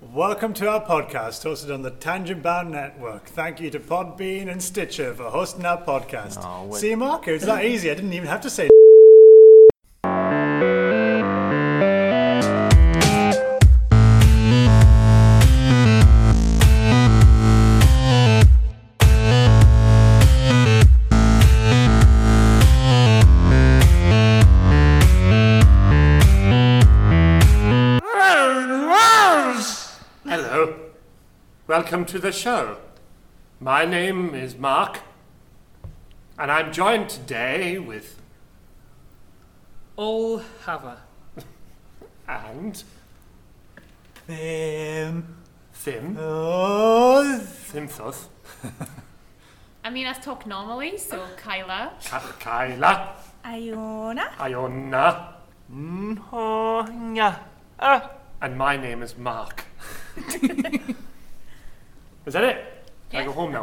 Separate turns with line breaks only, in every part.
Welcome to our podcast hosted on the Tangent Bound Network. Thank you to Podbean and Stitcher for hosting our podcast.
Oh, wait.
See, Marco, it's that easy. I didn't even have to say.
Hello. Welcome to the show. My name is Mark, and I'm joined today with
All Hava.
and
Them.
Thim
Oh,
Thimthoth
I mean, us talk normally, so Kyla.
Ka- Kyla
Iona?
Iona,
Oh, yeah.
and my name is Mark. is that it? Can I go home now?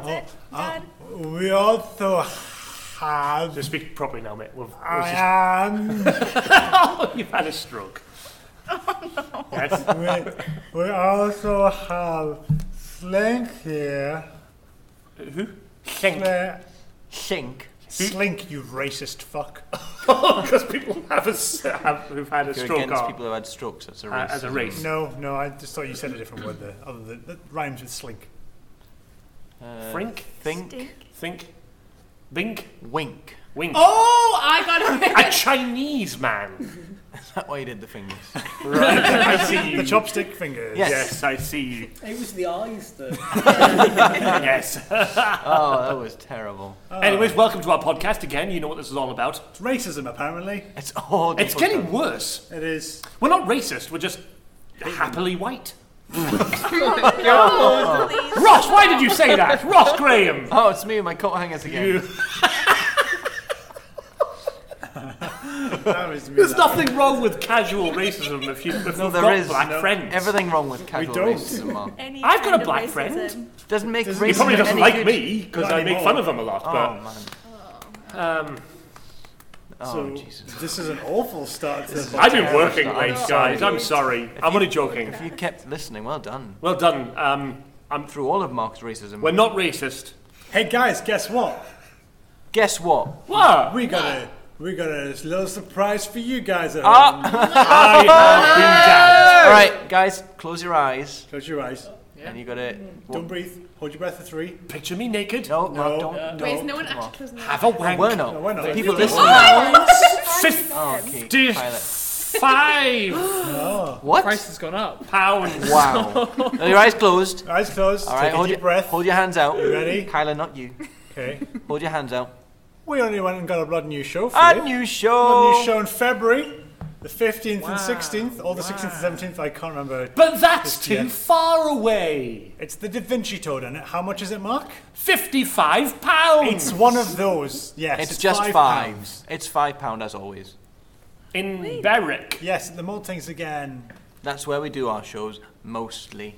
we also have.
Just speak properly now, mate. We've, we've just
I am.
you've had a stroke. Yes.
we, we also have Slink here.
Who? Think.
Uh,
Sink.
Slink, you racist fuck.
Because people have a s- have, who've had a
You're
stroke
against
are,
people who had strokes as a
uh,
race.
as a race.
No, no, I just thought you said a different word there. Other than that rhymes with slink.
Uh,
Frink?
Think.
Think.
Stink.
Bink.
Wink.
Wink.
Oh, I got it.
A Chinese man.
Is that why you Oh, did the fingers?
Right. I see you.
The chopstick fingers.
Yes.
Yes, I see you.
It was the eyes though.
yes.
oh, that was terrible.
Anyways, welcome to our podcast again. You know what this is all about.
It's racism, apparently.
It's all.
It's getting worse.
It is.
We're not racist. We're just happily white.
Please.
Ross, why did you say that? Ross Graham.
Oh, it's me and my coat hangers again.
You-
That was me.
There's
that.
nothing wrong with casual racism if you if
No,
you've
there
got
is
black
no-
friends.
Everything wrong with casual
don't.
racism, Mark.
Any
I've got
kind
a
of
black
racism.
friend.
Doesn't make racism
He probably doesn't
any Oh,
like
good.
me because
Not
I make
anymore.
fun of him a lot.
Oh
But
man.
um,
Oh
So,
Jesus.
this is an awful start to the podcast.
I've been working
I'm
late, guys. I'm sorry. I'm only joking.
If you kept listening, well done.
Well done. Um, I'm.
Through all of Mark's racism.
We're not racist.
Hey guys, guess what?
Guess what?
What?
We got a we got a little surprise for you guys at
Ah.
home.
I have been gagged.
All right, guys, close your eyes
Close your eyes.
and you got to
Don't breathe. Hold your breath for three.
Picture me naked.
No, no,
No.
Uh,
don't.
Yeah.
don't.
Wait, is no one actually closing their
Have a wank.
We're not.
No, we're not.
The
They
people
do.
listening.
Fifty
Oh, okay. Pilot.
five
What?
Price has gone up.
pounds.
Wow. Now your eyes closed.
Eyes closed.
All right,
Take a
hold
deep
your
breath.
Hold your hands out.
ready?
Kyla, not you.
Okay.
Hold your hands out.
We only went and got a blood new show for
A
you.
new
A
show.
new show in February, the 15th
Wow.
and 16th, or the 16th and 17th. I can't remember.
But that's
Just
too
yet.
far away.
It's the Da Vinci Code, and how much is it, Mark?
Fifty-five pounds.
It's one of those. Yes.
Hmm. It's just
five.
five.
pounds.
It's five pound as always.
in Berwick.
Yes, the mold things again.
That's where we do our shows mostly.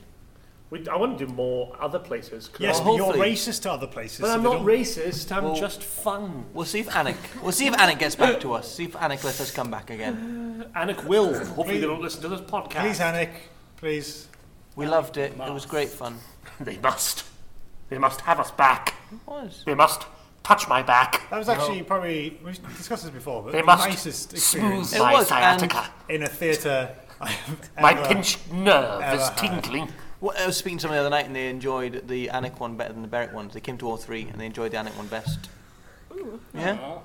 I want to do more other places.
Yes,
Well,
but you're
hopefully.
racist to other places.
but
so
I'm
they
not
don't-
racist. I'm
Well-
just fun.
We'll see if Anik. We'll see if Anik gets back to us. See if Anik lets us come back again.
Anik will. Hopefully, they don't listen to this podcast.
Please, Anik. Please.
We loved it. It was great fun.
They must. They must have us back.
It was.
They must touch my back.
That was actually probably we discussed this before, but
They
the
must
nicest experience
It
my
was, and-
sciatica.
in a theatre. I have
My
ever-
pinched nerve is
Ever had.
tingling.
Well, I was speaking to someone the other night, and they enjoyed the Anik one better than the Berwick ones. They came to all three, and they enjoyed the Anik one best. Yeah,
Oh.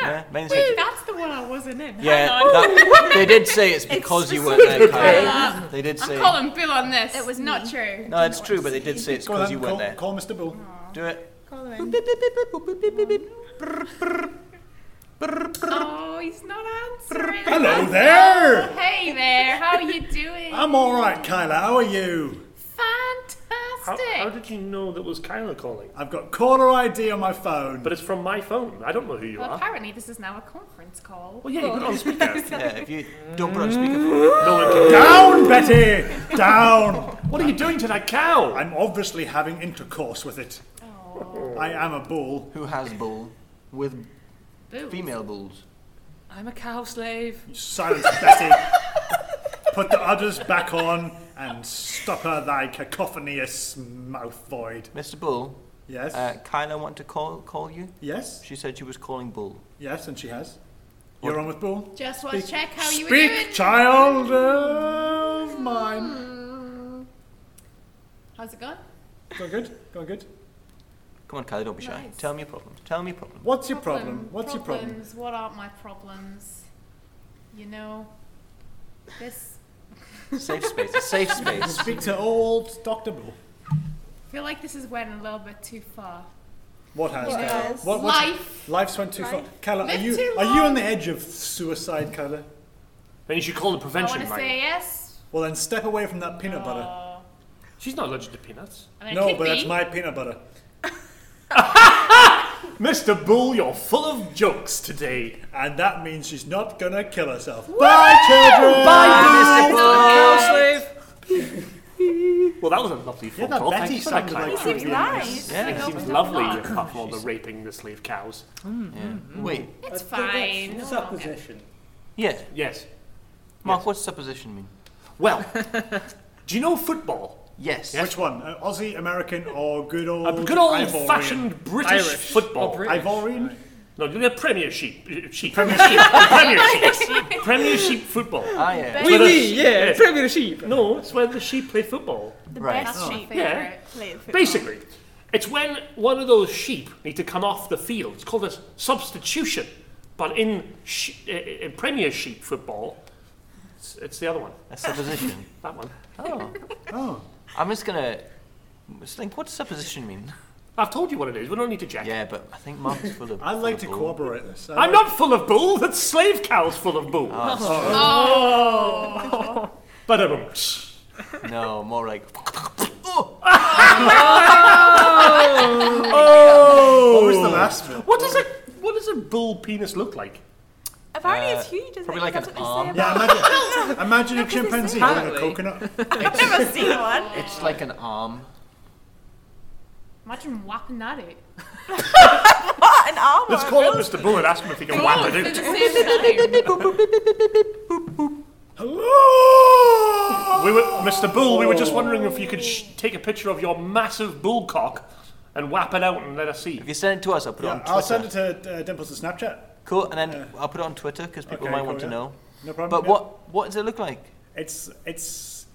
yeah. Mainly
Wait,
said-
that's the one I wasn't in.
yeah.
Hang on.
that- they did say it's because you weren't there. Kyle. They did
I'm
say.
calling Bill on this.
It was
not
me.
true.
No, it's true, but they did say it's
Go on,
because you
call,
weren't there.
call Mr. Bull.
Do it.
Call them in.
Beep, beep, beep, beep, boop, beep, beep, beep.
Oh, he's not answering.
Hello there.
Hey there, how are you doing?
I'm all right, Kyla. How are you?
Fantastic.
did you know that was Kyla calling?
I've got caller ID on my phone.
But it's from my phone. I don't know who you
well,
are.
apparently this is now a conference call.
Well, yeah, you put it on speaker.
Yeah, if you don't put it on speaker.
no one can.
down, Betty. Down.
What are you doing to that cow?
I'm obviously having intercourse with it. I am a bull.
Who has bull with
Boo.
female bulls?
I'm a cow slave.
Silence, Betty. Put the udders back on and stopper thy cacophonous mouth void.
Mr. Bull,
Yes.
uh, Kyla want to call call you.
yes.
She said she was calling Bull.
Yes, and she has. You're on with Bull.
Just want to check how you
Speak,
were doing.
child of mine.
Mm. How's it going?
Going good? Going good?
Come on, Kyla, don't be shy.
Nice.
Tell me your problems. Tell me your problems.
What's your problem? What's your problem?
Problems. What are my problems? You know, this.
safe space. It's safe space.
Speak to old Dr. Bull.
I feel like this is went a little bit too far.
What has
You
What
that?
know,
else?
What- what's-
life.
Life's went too far.
Life.
Kyla, are
Lived
you
too
are you on
long.
the edge of suicide, Kyla?
Then you should call the
I
prevention
want to
man.
say yes.
Well, then step away from that peanut butter.
or-
She's not allergic to peanuts.
I mean, it
No,
could
but that's
be.
my peanut butter. Mr.
Bull, you're full of jokes today.
And that means she's not gonna kill herself. Bye, children!
Mr.
Uh,
Bull.
Well, that was a lovely phone
that
call.
Betty
Thank you for that,
sounded like
Clara.
she was
Seems nice.
Yeah,
Like,
it
oh,
Seems
come
lovely,
on.
apart from all the raping the slave cows.
Yeah. Wait.
It's
I think that's
fine. No, okay.
Supposition.
Yeah.
Yes.
Mark, what's supposition mean?
Well, do you know football?
Yes.
Which one? Uh, Aussie, American, or good old.
A good old-fashioned British
Irish
football.
or Brit-
Ivorian?
no, the Premiership. uh, Sheep. Premiership. Premiership. Premiership football.
Ah, yeah.
Wee
But
wee,
it's-
yeah.
yes.
Premier sheep.
No, it's where the sheep play football.
The
Right. Oh,
best
That's my
sheep
favorite.
Yeah.
play football.
Basically, it's when one of those sheep need to come off the field. It's called a substitution. But in, sh- uh, in Premiership football, it's, it's the other one.
A supposition.
That one.
Oh.
Oh.
I'm just gonna just think. What's supposition mean?
I've told you what it is. We don't need to check.
Yeah, but I think Mark's full of.
I'd like to
full of bull.
corroborate this. I
I'm
like-
not full of bull. That's slave cows full of bull. But um,
No, more like. Oh,
oh,
What was the last one?
What does a what does a bull penis look like?
Apparently,
Uh,
it's huge. Isn't
probably
it?
like
That's
an
what they say
arm.
about-
Yeah, imagine, imagine a
No, 'cause it's
chimpanzee
so-
holding a
Apparently.
coconut.
I've never seen one.
it's like an arm.
Imagine whacking that out.
What an arm!
Let's
or a
call up
bill.
Mr. Bull and ask him if he can
Both
whack
at
it
the
out.
same time.
Hello!
We were, Mr. Bull, we were just wondering if you could sh- take a picture of your massive bull cock and whap it out and let us see.
If you send it to us, I'll put it on
Yeah,
Twitter.
I'll send it to uh, Dimples and Snapchat.
Cool, and then I'll put it on Twitter because people
Okay,
might
cool,
want to
yeah.
know.
No problem.
But
yeah.
what what does it look like?
It's it's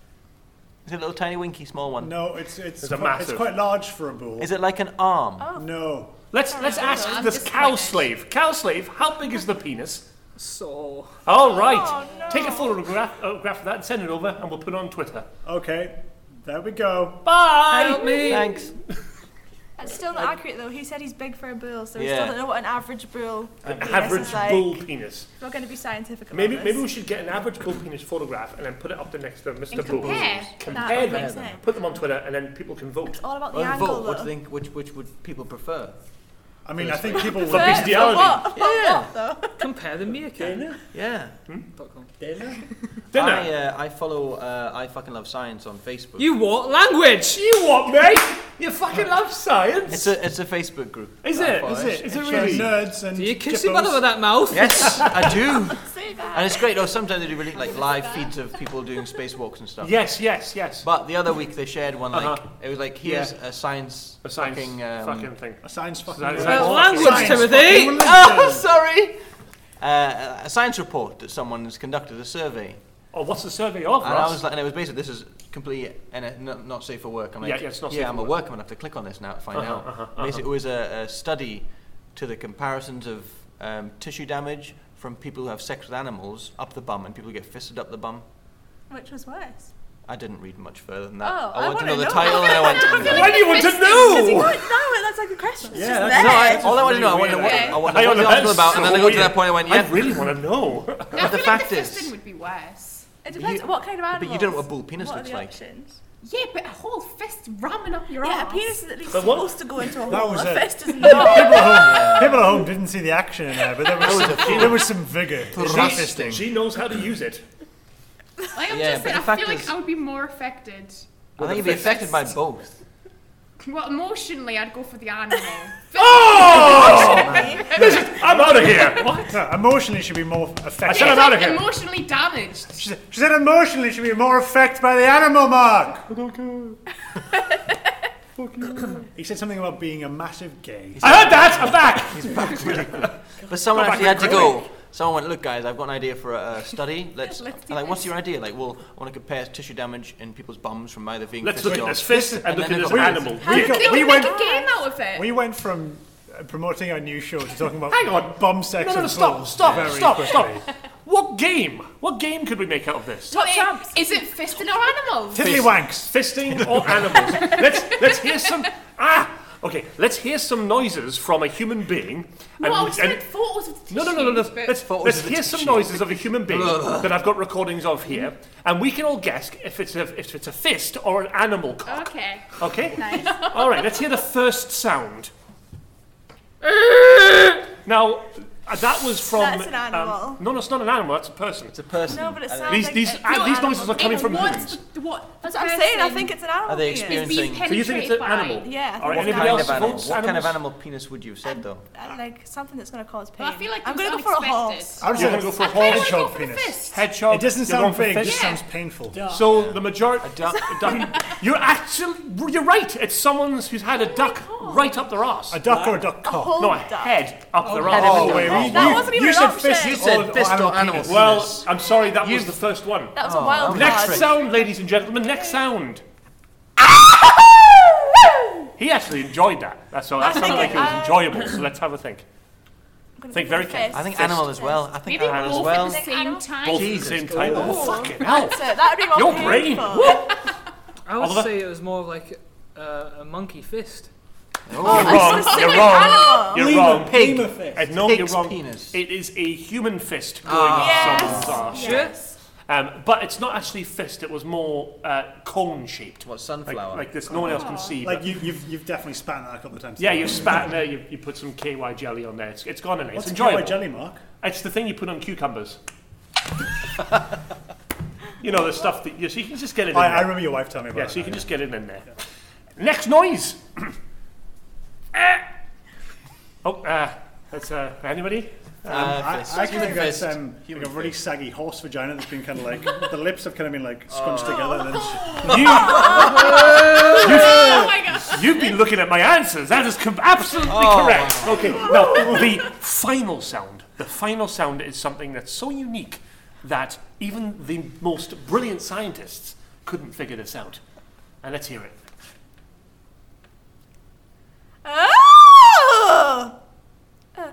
Is it a little tiny, winky, small one?
no, it's it's
It's a
qui- it's
massive.
quite large for a bull.
Is it like an arm?
Oh. No,
Let's let's ask
I'm
this cow
disappointed.
slave. Cow slave, how big is the penis?
So.
All right,
Oh, no.
take a photograph uh, graph of that and send it over, and we'll put it on Twitter.
okay, there we go.
Bye.
Help me.
Thanks.
It's still not accurate though. He said he's big for a bull, so we
Yeah.
still don't know what an average bull.
An
penis
average
is like.
bull penis.
It's not going to be scientific. About
Maybe
this.
maybe we should get an average bull penis photograph and then put it up the next to Mr.
And
Bull.
compare.
Compare
That makes
them.
sense.
Put them on Twitter and then people can vote.
It's all about the
Well,
angle
vote. What do
though.
you think? Which which would people prefer?
I mean, I think people would.
For
But- but
bestiality.
what?
Yeah.
Compare the meerkat.
Yeah.
dot com.
Dinner.
I uh, I follow uh, I fucking love science on Facebook.
You what? Language!
you what, mate? You fucking love science.
It's a it's a Facebook group.
Is
that I
it?
follow.
Is it?
Is it
It's
really?
for Nerds and
Do you kiss your
jippos.
mother with that mouth?
Yes, I do.
Say that.
And it's great. though. sometimes they do really like live feeds of people doing spacewalks and stuff.
Yes, yes, yes.
But the other week they shared one like
Uh-huh.
it was like here's a science
a science
fucking
fucking,
um,
thing.
A science fucking.
Science-
nerd.
Well,
Science
Uh, language,
fucking
Timothy!
religion.
Oh, sorry. Uh, a science report that someone has conducted a survey,
Oh, what's the survey of?
and I
Ross?
was like, and it was basically this is completely and uh, no- not safe for work. I'm like,
Yeah, yeah, it's not safe
I'm
for
a
work.
workman. I have to click on this now to find
Uh-huh,
out.
uh-huh,
Basically, it was a, a study to the comparisons of um, tissue damage from people who have sex with animals up the bum, and people who get fisted up the bum.
Which was worse?
I didn't read much further than that.
Oh,
I wanted to
I wanna
know the
know.
title, and I went.
I feel
Why
like
do you want to
it's fisting.
You
know?
don't know. That's like a question. It's
Yeah,
just
that's-
there.
No, I, all I wanted to know, I
really
wanted to
weird.
know what, I wanted to
I
know what the
know,
article
that's
about, and then I
so
got to that
weird.
point. I went,
I
yeah,
really want to know.
No, I
the
feel
fact
like the
is-
fisting would be worse.
It depends
You-
on what kind of animal.
but you don't know what a bull penis
what
looks
are the
like.
Options?
Yeah, but a whole fist ramming up your
Yeah, a
ass.
penis is at least
But what-
supposed to go into a
That
hole.
was
A
it.
fist is not.
People at home, people at home didn't see the action in there, but there was,
was a
some, there was some vigor.
Thrusting.
She knows how to use it.
Like, I'm
Yeah,
just
but
saying,
the
I
fact
feel
is-
like I would be more affected.
I think you'd be affected by both.
Well, emotionally, I'd go for the animal.
I'm out of here.
No, emotionally, she'd be more affected.
said I'm out of here.
Emotionally damaged.
She said- she said emotionally she'd be more affected by the animal mark. I don't care. he said something about being a massive gay.
I heard that. I'm back.
But someone
Go back
actually had
to
to go. Someone went, look, guys, I've got an idea for a, a study. Let's.
Let's do
I'm like, what's
this."
your idea? Like, well, I want to compare tissue damage in people's bums from either being
Let's
pissed
look at
off-
this fist and,
and
look
then
at this
they've got-
animal.
How did
got-
they
we
make
went-
a game out of it?
We went from uh, promoting our new show to talking about
Hang on.
bum sex
No, no,
and
no, stop,
balls
stop,
very
stop,
quickly.
stop. What game? What game could we make out of this?
Wait, Is it fisting or animals?
Tiddlywanks.
Fisting or animals? let's let's hear some. Ah, okay. Let's hear some noises from a human being.
No, I
we-
was saying photos of the
no, no, no, no, no.
tissues, but-
Let's,
Photos
let's
of the
hear some
tissue.
noises of a human being that I've got recordings of here, and we can all guess if it's a if it's a fist or an animal cock.
Okay.
Okay.
Nice.
All right. Let's hear the first sound. now, uh, that was from.
That's an
um,
animal.
no, no, it's not an animal. That's a person.
It's a person.
No, but it
Are they-
sounds
These
like
these
it's
uh,
not
these
an
noises are
animal.
coming
It
from
was
humans.
the- what?
That's what I'm saying. I think it's an animal.
Are they
penis.
Is being
experiencing
So you
penetrated
think it's an
by
animal?
Yeah.
All right.
what
Anybody
kind
else
of animal?
votes
What kind of
animals?
animal penis would you have said though?
I uh, like something that's going to cause pain.
Well, I feel like
I'm
it
going to
was
go for a
unexpected.
horse.
I was
You're
going to
gonna
go
go
for
for
I wanna go
hedgehog
for the
penis.
fist.
Hedgehog.
It doesn't
you're going
sound
for
big, it
fish.
just
Yeah.
sounds painful.
So the majority.
A duck.
You're actually. You're right. It's someone's who's had a duck right up their ass.
A duck or a duck
A
cock?
whole
no, a
duck.
head up their
head
ass.
of a
Oh,
duck.
wait,
Oh,
you,
that
you-
wasn't even
you
an
said
option.
fist
You
said fist or animal
penis.
penis.
Well, I'm sorry. That was
You've-
the first one.
That was
Oh,
a wild
okay.
Next
card.
sound, ladies and gentlemen. Next sound. He actually enjoyed that. That's all. That
I
sounded like it
think
was
I-
enjoyable. So let's have a think.
I'm gonna
Think
go for
very
a
carefully.
fist.
I think animal as well. I think
Maybe
animal as
both at
well.
the same
Animal?
time.
Both at the
Jesus.
same time. Oh, fucking hell!
That's it. That'd be more
Your
painful.
brain.
I would
Oliver?
say it was more of like uh, a monkey fist.
I
You're wrong.
was gonna say
You're
an
wrong.
animal.
You're wrong.
Pig.
I know you're
Pig's
wrong.
penis. Ah.
It is a human fist going up
Yes.
someone's arse.
Sure.
Um, but it's not actually fist. It was more uh, cone shaped.
What
Like,
sunflower?
like this. No one else can see.
Ah. Like
but-
you, you've, you've definitely spat that a couple of times.
yeah, you've spat in there. You, you put some KY jelly on there. It's, it's gone in there.
What's
it's
a KY
enjoyable.
jelly mark?
It's the thing you put on cucumbers. you know the stuff that yes, you can just get it in
I, I
there.
remember your wife telling me about
yeah,
that.
so you can just get it in there. Next noise. Eh. oh, uh, that's uh, anybody.
I,
Uh,
I
fist.
can think that's
Fist.
um, like a really saggy horse vagina that's been kind of like the lips have kind of been like scrunched together. And then it's-
You,
Oh my gosh.
you've been looking at my answers. That is com- absolutely correct. Okay, now the final sound. The final sound is something that's so unique that even the most brilliant scientists couldn't figure this out. And let's hear it.
Oh! uh,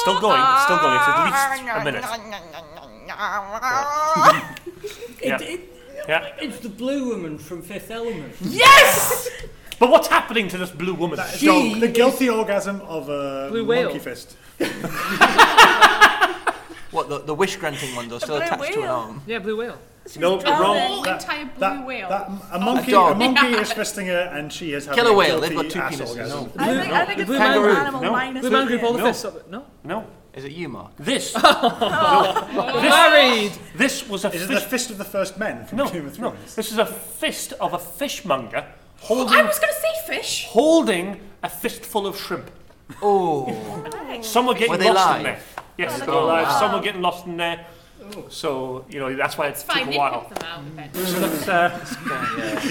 Still going. It's still going. It's at least a minute. Yeah.
It, it,
Yeah.
it's the blue woman from Fifth Element.
Yes!
But what's happening to this blue woman?
So, the guilty orgasm of a
Blue whale.
monkey fist.
What the, the wish granting one though, still
But I
attached to an
will.
arm.
Yeah, blue whale.
no,
The
wrong.
whole
That-
entire blue
that-
whale.
that- a monkey, a,
dog.
monkey is fisting her, and she is having
Killer
a
whale. They've
guilty
got two
ass
penises.
orgasm.
No.
I think, I think
The
it's
blue
an
kangaroo.
animal
No.
minus
Blue man
one.
group all the
No.
fists up. No.
No.
Is it you, Mark?
This.
Married.
This was a
Is it the
fish.
fist of the first men from
No,
Game of
no.
Thrones?
This is a fist of a fishmonger
I
holding
was going to say fish.
holding a fistful of shrimp.
Oh,
Some are getting
Were they
lost
live?
in there. Yes,
Oh,
they're
wow.
alive. Some are getting lost in there. So you know that's why it
It's
took
fine.
a
They
while.
picked them out of it.
So that's, uh,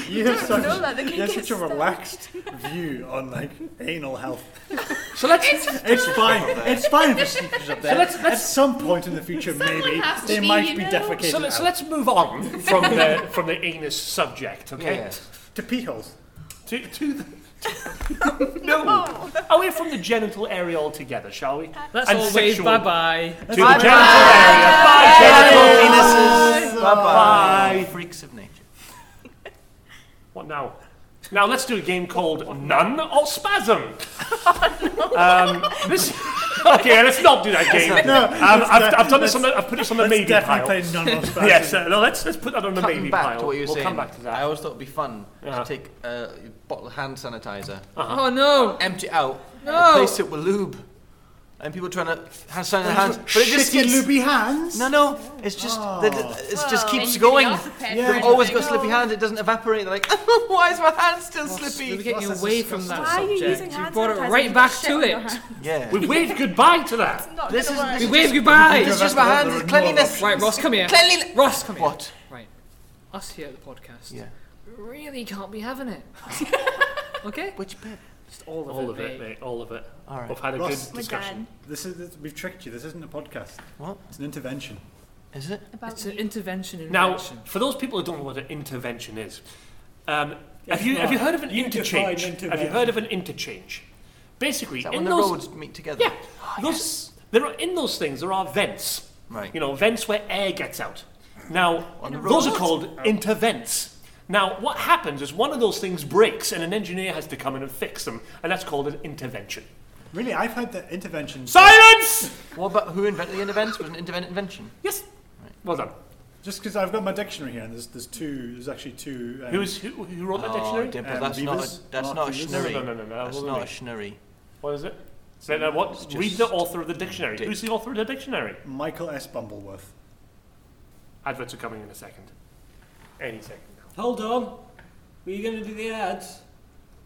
You have such,
know that, they can
you have
get
such a
stuck.
relaxed view on like anal health.
so let's
It's fine. It's fine if it's sneakers up there.
let's-
At some point in the future, maybe
has to
they
be,
might
you
be
know?
defecated
so, let's- so
out.
let's move on from the from the anus subject. Okay.
yeah.
to pee holes.
To, to the, no. Away from the genital area altogether, shall we?
That's
And
all wave.
sexual.
Bye bye.
To the genital area. Genital
Penises. Bye
Bye.
bye. Freaks of nature.
What now? Now let's do a game called None or Spasm. um, this, okay, let's not do that game. Um,
No,
I've, I've done this. On the, I've put this on the
Let's
maybe pile.
definitely play non
Yes, uh, no, let's let's put that on the
Cutting
maybe
back
pile.
to what you were
we'll
saying,
come back to
I
that.
always thought it'd be fun
Yeah. Uh.
to take a bottle of hand sanitizer,
Oh no.
empty it out,
No.
replace it with lube. and people trying to hand sign their hands, but it just
Shitty
keeps.
loopy hands.
No, no, it's just
Oh.
that it it's just
Well,
keeps
and
going.
you're prepared
Yeah.
for
They've always
anything.
got slippy hands. It doesn't evaporate. They're like, why is my hand still
We're
slippy?
getting
That's
away from that
disgusting. Why are you
subject.
using
you
hand
brought it
sanitizer?
right
You've
back
got
to
shit on your
it.
Yeah.
We waved goodbye to that.
It's not
This
gonna
is-
work.
this
We wave goodbye.
It's just my
There
hand.
are
It's
no
cleanliness.
options.
Right, Ross, come here.
Cleanliness.
Ross, come here.
What?
Right. Us here at the podcast
Yeah.
really can't be having it. okay?
Which bit?
Just all of
All
it,
of it,
mate.
mate. All of it.
All right.
We've had a
Ross,
good
We're
discussion.
done.
This is this, we've tricked you. This isn't a podcast.
What
It's an intervention.
is it?
About
It's an intervention in
Now,
action.
for those people who don't know what an intervention is, um, have
It's
you have you
not.
heard of an
You define
interchange? Have you
intervention.
heard of an interchange? Basically,
Is that
in
when the
those
roads meet together?
yeah, those, there are in those things there are vents.
Ah, Right.
You know, vents where air gets out. Now,
On the
those
road. Oh.
are called intervents. Now, what happens is one of those things breaks, and an engineer has to come in and fix them, and that's called an intervention.
Really, I've had that intervention.
Silence.
What about who invented the invent? Was an invent invention?
Yes. Well done.
Just because I've got my dictionary here, and there's there's two. There's actually two. Um,
Who's who, who wrote that
Oh,
dictionary?
Dimple,
Um,
that's not a,
Beavis?
that's
Mark
not a
Beavis?
schnurry.
No, no, no, no, that
That's
wasn't
not a
me.
schnurry.
What is it? No, no, what?
It's
Read
just
the author of the dictionary.
dick.
Who's the author of the dictionary?
Michael S. Bumbleworth.
Adverts are coming in a second. Any second now.
Hold on. Were you going to do the ads?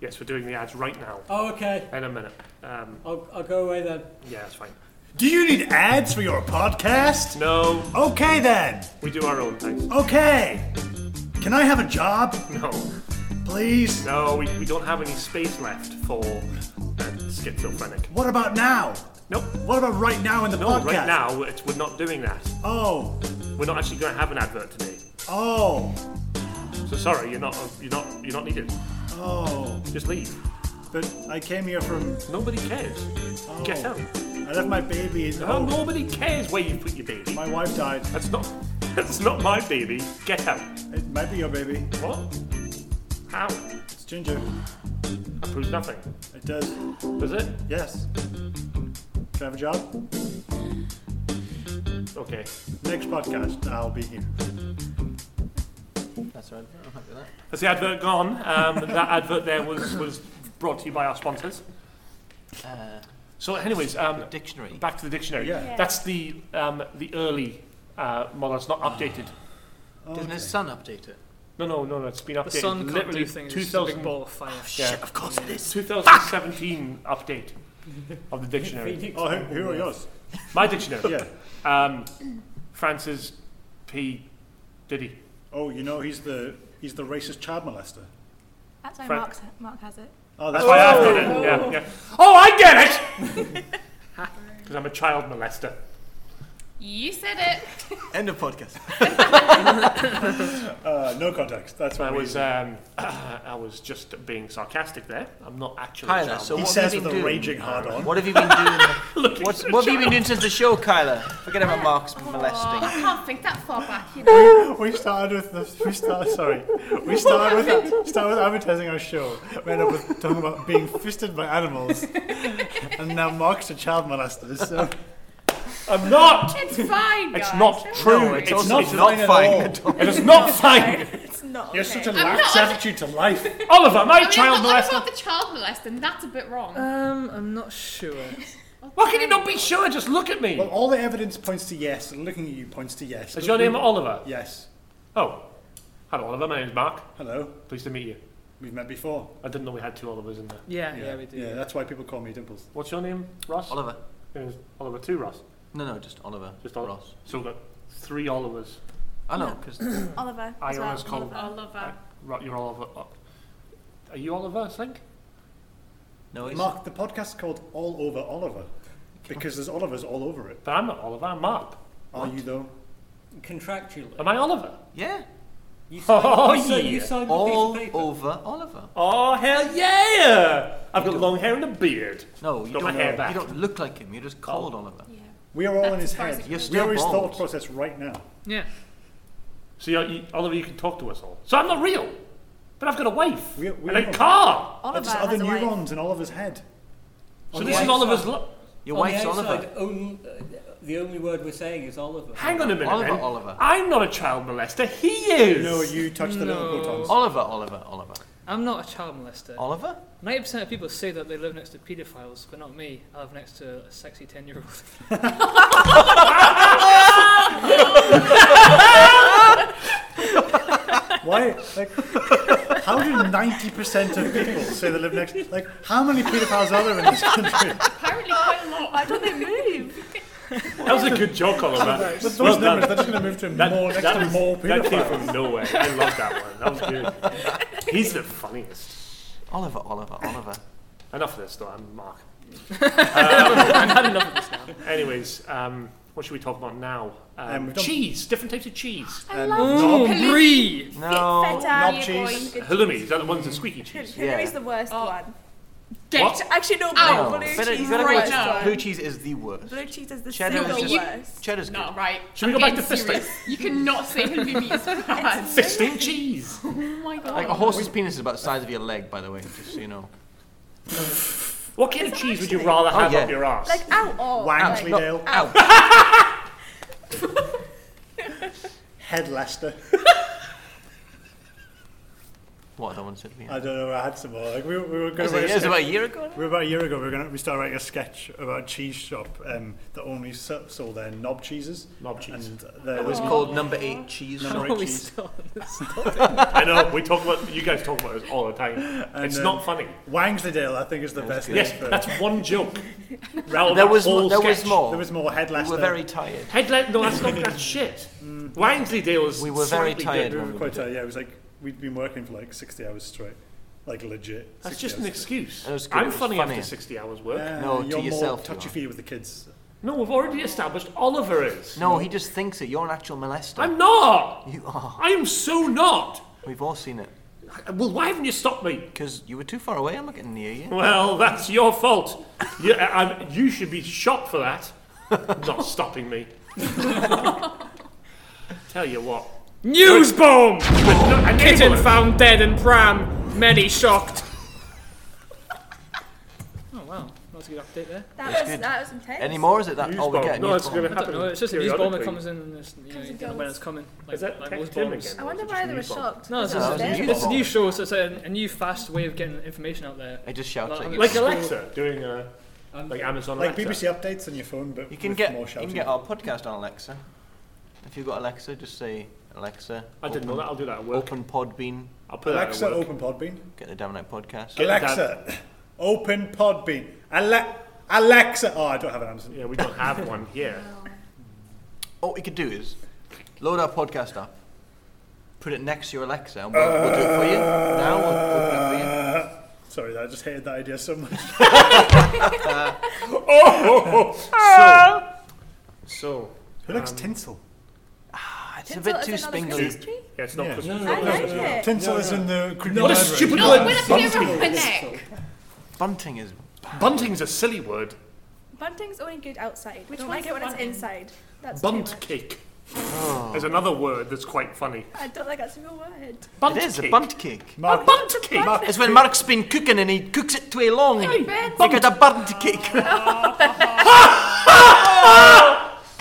Yes, we're doing the ads right now.
Oh, okay.
In a minute. Um,
I'll, I'll go away then.
yeah, that's fine.
Do you need ads for your podcast?
No,
Okay then.
we do our own things.
Okay. Can I have a job,
No,
please?
no, we, we don't have any space left for uh, schizophrenic.
What about now?
Nope.
What about right now in the
No,
podcast?
right now it's, we're not doing that.
Oh,
We're not actually going to have an advert today.
oh,
So sorry, you're not you're not you're not needed.
oh.
Just leave.
But I came here from.
Nobody cares.
Oh.
Get out.
I left my baby. In,
No,
oh,
nobody cares where you put your baby.
my wife died.
That's not. That's not my baby. Get out.
It might be your baby.
What? How?
It's Ginger.
That proves nothing.
It does.
Does it?
Yes. Can I have a job?
Okay.
Next podcast, I'll be here.
That's right. I'm happy with that.
Has the advert gone? Um, that advert there was was brought to you by our sponsors.
Uh,
So, anyways, um,
Dictionary.
back to the dictionary.
Yeah.
Yeah.
That's the um, the early uh, model. It's not updated.
Ah.
Doesn't his son update it?
No, no, no, no. It's been updated.
The sun can't
literally
do things. It's just a
2000,
big ball of fire.
yeah,
Of course it is.
2017 update of the dictionary.
Phoenix
Oh, who, who are yours?
My dictionary.
Yeah.
Um, Francis P. Diddy.
Oh, you know he's the he's the racist child molester.
That's how
Fran-
Mark's, Mark has it.
Oh,
That's why I've got it. Yeah, yeah. Oh, I get it! Because I'm a child molester.
You said it.
End of podcast.
Uh, no context. That's why
I was, um, I was just being sarcastic there. I'm not actually. a
Kyla,
child
so
He
what
says
have you
with
been
a
doing?
raging hard on.
What have you been doing?
Look,
What's, what have you been doing since the show, Kyla? Forget about Mark's
Oh,
molesting.
I can't think that far back, you know.
We started with the, we start sorry we started with started with advertising our show. We ended up with talking about being fisted by animals, and now Mark's a child molester. So
I'm not.
It's fine, guys.
It's not
Don't
true.
No, it's, also
not
it's
fine
not
at
fine
all.
at all.
It is not fine.
It's not.
you're
okay.
such a
I'm
lax
not-
attitude to life.
Oliver, my
I mean,
child
I'm not,
molester.
I'm not the child molesting. That's a bit wrong.
Um, I'm not sure.
Why can you not be sure? Just look at me.
Well, all the evidence points to yes. and Looking at you points to yes.
Is your name Oliver?
Yes.
Oh. Hello, Oliver. My name's Mark.
Hello.
Pleased to meet you.
We've met before.
I didn't know we had two Olivers in there.
Yeah, yeah, we do.
Yeah, that's why people call me Dimples.
What's your name, Ross?
Oliver.
Your name's Oliver too, Ross.
No, no, just Oliver.
Just Oliver.
Ross.
So we've got three Olivers.
I know, because
Oliver.
I
as well,
almost called-
Oliver.
I love that.
Right, you're Oliver. oh. Are you Oliver, I think?
no, he's
Mark, the podcast's called All Over Oliver because there's Olivers all over it.
But I'm not Oliver, I'm Mark.
Are you though?
Contractually.
Am I Oliver?
yeah,
You signed,
Oh,
you signed, you
yeah.
signed
all
the piece of paper.
over Oliver.
Oh, hell yeah! I've got long hair and a beard.
No, you
Got
don't.
my hair back.
You don't look like him. You're just called Oliver.
Yeah.
We are all
That's
in his
as far as
head.
it
You're
goes.
We are
still
his thought
bald.
process right now.
Yeah.
So, you're, you, Oliver, you can talk to us all. So I'm not real, but I've got a wife
We- we
and
know.
a car.
That's
Oliver
just
has
other
a wife.
neurons in Oliver's head.
So
On
this
the
is
outside-
Oliver's. Lo-
Your
on
wife's
the
Oliver.
outside, only- uh, the only word we're saying is Oliver.
Hang on a minute,
Oliver,
then.
Oliver.
I'm not a child molester. He is.
No, you touch the little
No.
protons.
Oliver, Oliver, Oliver.
I'm not a child molester.
Oliver?
Ninety percent of people say that they live next to paedophiles, but not me. I live next to a sexy ten-year-old.
Why? Like, how do ninety percent of people say they live next? Like, how many pedophiles are there in this country?
Apparently quite a lot.
Why don't they move?
That was a good joke, Oliver.
With those
Well done.
numbers, they're just going to move to
That,
more next
that
to
was-
more
that came
pedophiles.
from nowhere. I love that one. That was good. He's the funniest.
Oliver, Oliver, Oliver.
Enough of this, though. I'm Mark.
I've had enough of this now.
Anyways, um, what should we talk about now? Um,
Um, we've done-
cheese. Different types of cheese.
I
Um,
love
Mm.
Ooh,
Pelu-
brie.
No.
Feta,
Knob
you're
cheese.
going good
Halloumi. Is that the ones with squeaky
cheese.
cheese?
Halloumi
Yeah.
is the worst
Oh.
one.
Get
What?
Actually, no,
Ow.
Oh, blue, blue
Better-
cheese is
you
the
gotta go
worst
with
one.
Blue cheese is the worst.
Blue cheese is the
Cheddar
single
is
just-
worst.
Cheddar's good.
Not right.
Should we
I'm
go back
getting
to fisting?
serious. You cannot say halloumi is bad.
Fisting cheese.
Oh my god.
Like a horse's penis is about the size of your leg, by the way, just so you know.
What kind of cheese would you rather have
Oh, yeah.
up your ass?
Like, ow, oh.
Wangs,
like-
we Dale.
Ow!
Head Leicester.
what other one said we
I
had?
don't know. I had some more. Like we, were- we were
It
going
was
to write a sketch.
about a year ago.
we were about a year ago. We were going to we started writing a sketch about a cheese shop um, that only so- sold their knob cheeses.
Knob cheese.
And there
It was
Oh.
was
called Number Eight Cheese
Number
Shop.
Great
Are we
cheese.
still on this?
I know. We talk about you guys talk about this all the time. it's
um,
not funny.
Wangsdale. I think is the
That was
best.
good.
name
Yes,
for-
that's one joke.
Rather
There
that
was
whole
more. There was
sketch.
more.
There was more head
we
Leicester.
were very tired.
Headline? No, that's not that's shit. Wangsley was.
Mm. We were very
slightly
tired.
We
different.
were
when we
quite
did it.
tired. Yeah, it was like we'd been working for like sixty hours straight, like legit.
That's
60
just an
hours
excuse.
It was good, it
I'm
was
funny,
funny.
after 60 hours
straight.
work.
Uh,
No, to
you're
yourself you
More touchy
are.
feely with the kids.
No, we've already established Oliver is.
No, he just thinks it. You're an actual molester.
I'm not.
You are.
I am so not.
We've all seen it.
Well, why haven't you stopped me?
Because you were too far away. I'm not getting near you.
Well, that's your fault. You, I, I- you should be shot for that. not stopping me. Tell you what.
News bomb!
But no- and
Kitten
anyone-
found dead in pram. Many shocked. Oh wow, that's a good update there.
That was, that was intense.
Any more? Is it that oh,
News
all we
bomb.
get?
No,
News
it's
bomb.
gonna
I don't
happen
know. It's just a news bomb that
periodically.
comes in and it's, you know,
Comes
you
and
don't know when
goes.
it's coming. Like,
Is that
like
tech
most
Tim
bombs.
again?
I wonder
Just
why they were
news bomb.
shocked.
No, it's,
No,
it's,
it's
it's,
news
a
bomb.
new show, so it's a, a new fast way of getting information out there.
It just shouts at you.
Like Alexa doing a like Amazon
Um, Like
Alexa.
BBC updates on your phone, but
You can
with
get
more
you
shouting.
can get our podcast on Alexa. If you've got Alexa, just say Alexa.
I didn't know
open-
that. I'll do that at work.
Open Podbean.
I'll put
Alexa,
that at work.
open Podbean.
Get the Damn Night podcast.
Get- that-
Alexa, open Podbean. Ale- Alexa. Oh, I don't have an Amazon.
Yeah, we don't have one here.
All we could do is load our podcast up, put it next to your Alexa, and we'll, we'll do it for you.
Uh,
Now we'll open it for you.
Uh, sorry, I just hated that idea so much.
so, so
Who likes
um,
tinsel?
Ah, It's a
Tinsel
bit
is
too
another
spingly.
Christmas tree?
yeah, it's not
Yeah.
Christmas.
I like it.
Tinsel is in the creepy
What a
mad road.
stupid
No,
word.
when I put it around my
Bunting.
neck.
Bunting is.
Bunting's a silly word.
Bunting's only good outside. We
Which
don't like
one's
it when it's
bunting?
inside. That's too
Bunt
much.
cake.
Oh.
There's another word that's quite funny.
I don't like that single word.
Bunt
it is
cake.
a bunt cake.
A
Mark,
bunt cake.
It's when Mark's been cooking and he cooks it too long. You get a burnt cake.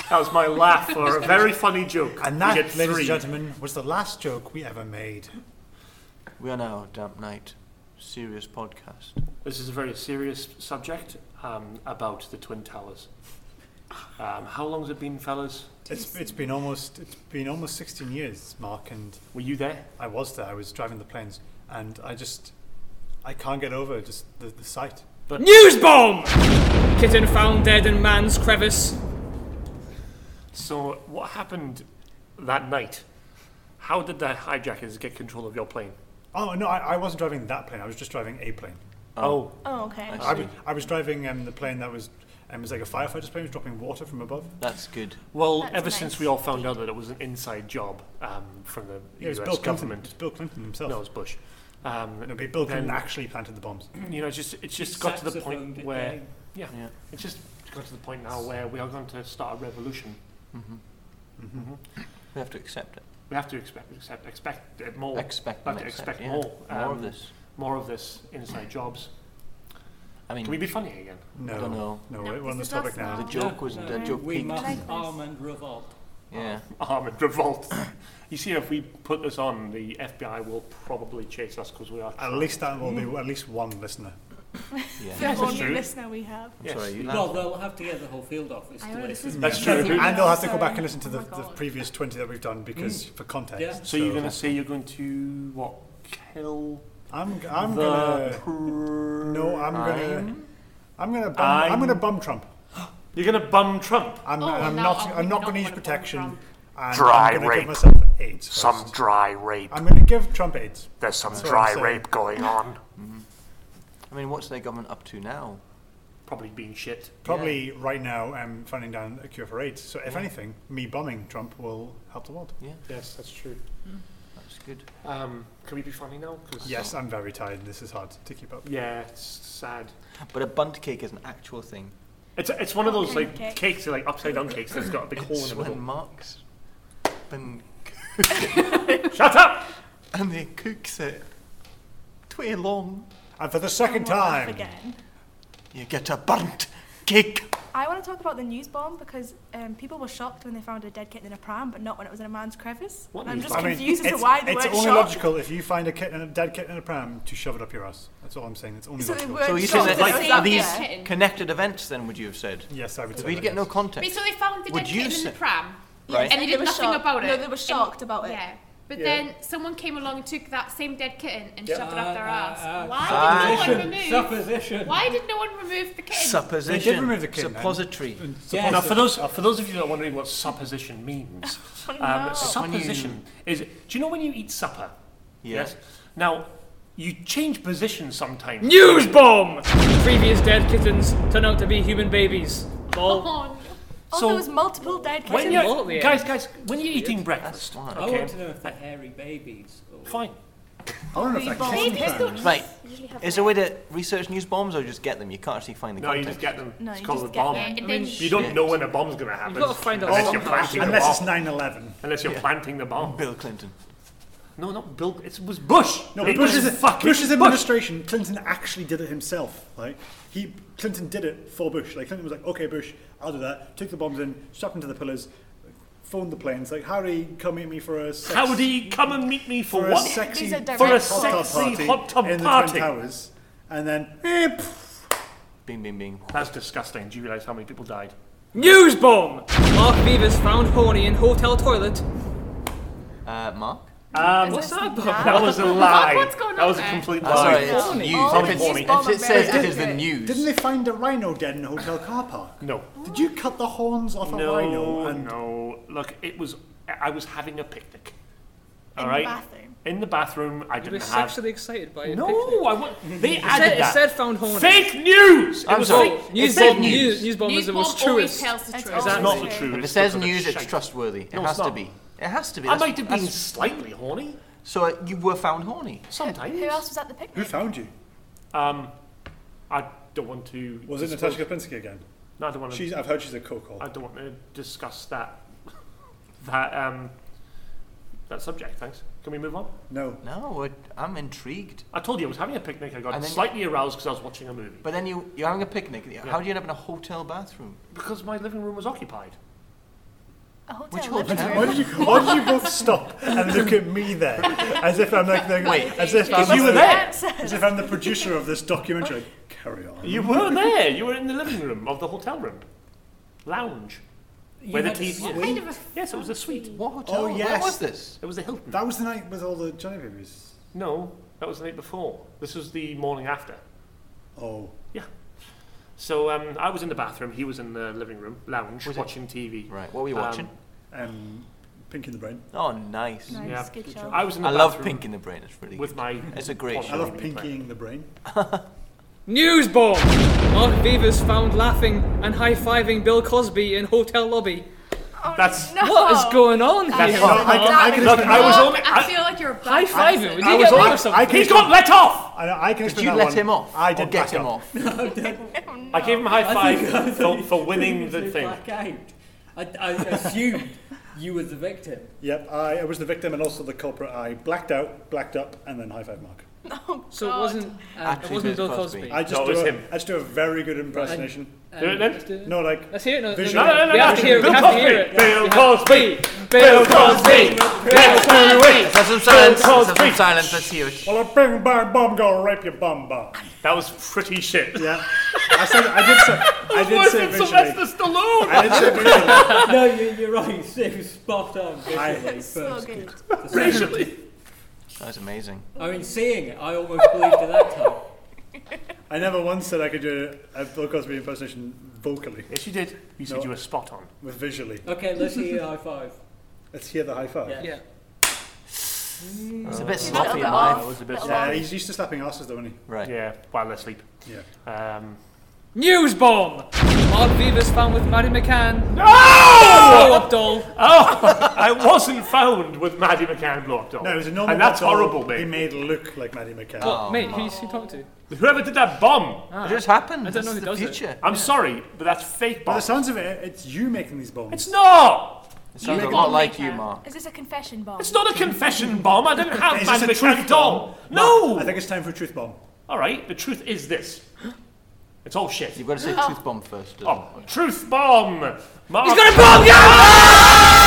That was my laugh for a very funny joke.
and
we
that,
get
ladies
three.
and gentlemen, was the last joke we ever made.
We are now Damp Night, serious podcast.
This is a very serious subject um, about the Twin Towers. Um, how long has it been, fellas?
It's, it's been almost it's been almost 16 years, Mark, and
Were you there?
I was there. I was driving the planes, and I just I can't get over just the, the sight.
News bomb! Kitten found dead in man's crevice.
So, what happened that night? How did the hijackers get control of your plane?
Oh no, I, I wasn't driving that plane. I was just driving a plane.
Oh,
Oh, okay.
I
I was,
see.
I was driving um, the plane that was um, it was like a firefighter's plane, it was dropping water from above.
That's good.
well,
That's
ever
nice.
since we all found out that it was an inside job um, from the
Yeah, it was
US
Bill Clinton. It
government.
was Bill Clinton himself.
No, it was Bush. Um,
No, but Bill Clinton
Then-
actually planted the bombs.
you know, it's just it's just got to the point where yeah,
Yeah.
it's just got to the point now where we are going to start a revolution.
We have to accept it.
We have to expect accept, expect it more.
Expect
We have
and
to
accept,
expect
yeah.
more. Um,
More of this.
More of this inside jobs.
I mean,
Can
Mm.
we be funny again?
No,
I don't know.
no,
No,
we're on this
this is us
topic now.
now.
The joke was
No,
the joke
we
peaked.
Like
must
this.
arm and revolt.
Yeah.
armored revolt. you see, if we put this on, the FBI will probably chase us because we are.
At least that will be at least one listener.
Yeah.
The
That's
only
true.
listener we have.
I'm
Yes.
sorry. You
Well, they'll have to get the whole field office
I
to
know, this
listen.
is
That's
really
true.
good.
And they'll have to go
Sorry.
back and listen to the,
Oh my
the
God.
previous 20 that we've done because for context.
Yeah.
So you're going to say you're going to what? Kill
I'm, I'm
the
gonna. No, I'm gonna.
Prime?
I'm gonna. Bum, I'm,
I'm-
gonna bum Trump.
You're going to bum Trump.
I'm,
Oh,
I'm
no,
not.
I
I'm
would
not
not
gonna use
wanna bum
protection.
Trump.
And
Dry
I'm gonna
rape.
give myself AIDS.
Some
first.
dry rape.
I'm gonna give Trump AIDS.
There's some
That's what I'm
dry
saying.
rape going on.
I mean, what's their government up to now?
Probably being shit.
Probably right now, I'm finding down a cure for AIDS. So if anything, me bombing Trump will help the world.
Yes, that's true.
That's good.
Um, can we be funny now? 'Cause-
Yes, I'm very tired. This is hard to keep up.
Yeah, it's sad.
But a bunt cake is an actual thing.
It's, it's one of those
Okay,
like
okay.
cakes, they're like upside down cakes that's got a big hole in
It's
the
when
middle.
Marx and,
Shut up!
and they cooks it tway long,
And for the second
We'll laugh
time,
Again.
you get a burnt cake.
I want to talk about the news bomb because um, people were shocked when they found a dead kitten in a pram, but not when it was in a man's crevice.
What
And I'm
news
just
I mean,
confused as
it's,
to why they
it's
weren't
only
shocked.
logical if you find a kitten, a dead kitten in a pram, to shove it up your ass. That's all I'm saying. It's only
So they
logical.
weren't
So you
shocked.
said that
that
like
it was
are
up
these
there.
there.
connected events? Then would you have said?
Yes, I would. say
We
that,
get no
yes.
Wait,
context.
so they found the
Would
dead
you
kid in the
say-
pram,
Right.
and they
They
did
were
nothing
shocked.
about it.
No, they were
and-
shocked about it.
Yeah, but
Yeah.
then someone came along and took that same dead kitten and shoved it up their
Uh,
Ah,
ass.
ah, ah,
Why did no one
supposition.
remove?
Supposition.
Why did no one remove the kitten?
Supposition.
They did remove the kid, man.
Suppository.
Mm.
Yes.
Now, for those uh, for those of you that are wondering what supposition means,
Oh,
um, supposition is. Do you know when you eat supper?
Yes.
Now, you change position sometimes.
News bomb! Previous dead kittens turn out to be human babies. Lol.
Oh, no.
Oh,
So-
there was multiple dead
When
kittens.
you-
you're,
involved, yeah.
guys, guys, when you're eating breakfast,
That's fine.
I
okay,
want to know if they're hairy babies. Or
fine.
I wonder if that
Bomb.
kitten in a pram-
Right. Is there a way to research news bombs, or you just get them? You can't actually find the
No, you just
context.
get them.
No,
it's
you
called
just
a
get
bomb.
Yeah,
them.
and then
You don't know when a bomb's going to happen.
You've got to find out
unless
what
you're
happened.
planting the bomb.
Unless it's 9/11.
Unless you're planting the bomb.
Bill Clinton.
No, not Bill. It was Bush.
No,
it
but Bush's,
was fucking
Bush's
Bush.
administration, Clinton actually did it himself. Like he, Clinton did it for Bush. Like Clinton was like, "Okay, Bush, I'll do that." Took the bombs in, strapped them to the pillars, phoned the planes. Like, "Harry, come meet me for a sex,
Howdy, come and meet me for,
for a
what?
sexy,
These are direct
for a
hot
hot tub
sexy
party
hot tub
in
party.
the Twin Towers," and then eh, pff,
Bing, bing, bing.
That's disgusting. Do you realise how many people died?
News bomb! Mark Beavers found horny in hotel toilet.
Uh, Mark.
What's that about?
That was a lie.
what's going
that
on
was a
there?
complete
Uh, sorry,
lie.
it's
Horny.
news.
Oh,
If
horny.
it's- if it says it
Very
is the
accurate.
news.
didn't they find a rhino dead in a hotel car park?
No.
Did you cut the horns off a rhino?
No,
And
no. Look, it was. I was having a picnic.
in
All right.
the bathroom.
In the bathroom, I
You
didn't
were
have.
sexually excited by it.
no,
It
I want. They added
said, it
that.
said found horny.
fake news. It
I'm
was
sorry.
fake.
News
it said
bomb, news, news bomb is
News
the
bomb
most
always
truest.
tells the
It's
truth.
all
It's not the
Exactly.
truth.
If it
it's
says
because it's
news, it's
shite.
trustworthy. It
No, it's
has to
not.
be. It has to be.
I
That's-
might have been
that's-
slightly horny
So uh, you were found horny.
sometimes.
Who else was at the
who
picnic?
found you?
Um, I don't want to.
Was it
disclose-
Natasha Kapinski again?
No, I don't want to.
She's, I've heard she's a coco.
I don't want to discuss that. That um. That subject. Thanks. Can we move on?
No.
No, I- I'm intrigued.
I told you I was having a picnic. I got
And then-
slightly aroused because I was watching a movie.
But then you, you're having a picnic. How do you end up in a hotel bathroom?
Because my living room was occupied.
A hotel.
Which
living
hotel?
room.
Why did you why did you both stop and look at me there? As if I'm like the,
Wait.
as if
Because
I'm
you
the-
were there.
Yes.
as if I'm the producer of this documentary. Carry on.
You were there. You were in the living room of the hotel room, lounge.
You
Where the
had a
TV
sweet-
is.
Kind of a
Yes, it was a suite.
What hotel?
Oh,
Where
yes.
was this?
It was the Hilton.
That was the night with all the Johnny babies.
No, that was the night before. This was the morning after.
Oh,
So um, I was in the bathroom. He was in the living room lounge
Was it-
watching TV.
Right, what were you
Um,
watching?
um, Pink in the Brain.
oh, nice.
Nice,
Yeah.
good job.
I was in the
I love
bathroom
Pink in the Brain. It's really
with
good.
my.
It's a great
pod
show.
I love
really playing.
pinkying the brain.
News bomb! Mark Beavers found laughing and high-fiving Bill Cosby in hotel lobby.
Oh,
That's-
no.
What is going on
That's
here?
No, I can, I can
Look,
explain
I was
that
only.
I
I,
feel like you're a bad
High five
person.
him. Did
I
you
was
get rid
on-
of
I
something?
can
he's got let off.
one. I, know, I can
Did
explain
you
that
let
one.
him off?
I
or
did
get
back
him
up.
off.
I gave him a high
I think
five for, for winning the
Did
thing.
Black out. I, I assumed you were the victim.
Yep, I, I was the victim and also the culprit. I blacked out, blacked up, and then high five Mark.
So it
God.
wasn't. uh,
Um,
It wasn't Bill Cosby.
I just
No, it
do
was
a,
him.
I just do a very good impersonation.
um,
Do it then.
No, like
Let's hear it. No,
Visual.
No, no, no,
we
no.
have to hear it.
Bill
we have
Cosby.
to hear it.
Bill
We have-
Cosby.
Bill
Cosby. Bill Cosby.
Let's have some silence.
Bill
Let's have some
Cosby.
silence. Let's hear it.
well, a bing bang bomb gonna rape your bum bum.
That was pretty shit.
Yeah, I said I did say I did
Worse
say
than
visually.
Sylvester Stallone.
I did say visually.
no, you, you're right. It was spot on.
I-
Basically,
So
first.
good.
Racially.
That's amazing.
I mean, seeing it, I almost believed it that time.
I never once said I could do a Bill Cosby impersonation vocally
Yes, you did. You said
No.
you were spot on.
with visually.
Okay, let's hear a high five.
Let's hear the high five.
Yeah.
Yeah.
Oh. It's a bit
It's a little
sloppy in
bit
mine.
off.
was a bit.
Little
Yeah, Uh, he's used to slapping asses though, isn't
Right.
Yeah, while they're asleep.
he? Yeah.
Um,
News bomb! Mark Beavers found with Maddie McCann. Blow
oh!
up doll.
I wasn't found with Maddie McCann blow up doll.
No, it was a normal.
And that's
doll
horrible,
He made
mate.
look like Maddie McCann.
What, mate, who you she talking to?
Whoever did that bomb,
Ah.
It just happened.
I don't know who
It's
does
the
it.
future.
I'm sorry, but that's fake
By
bomb.
the sounds of it, it's you making these bombs.
It's not.
It sounds a
make
lot
it
like
make
you,
out.
Mark.
Is this a confession bomb?
It's not a confession bomb. I didn't have
Is this
Maddie
a truth
McCann doll. No.
I think it's time for a truth bomb.
All right. The truth is this. It's all shit.
Oh. You've got to say truth bomb first.
Oh, truth bomb. Mark.
He's got a bomb! Yeah!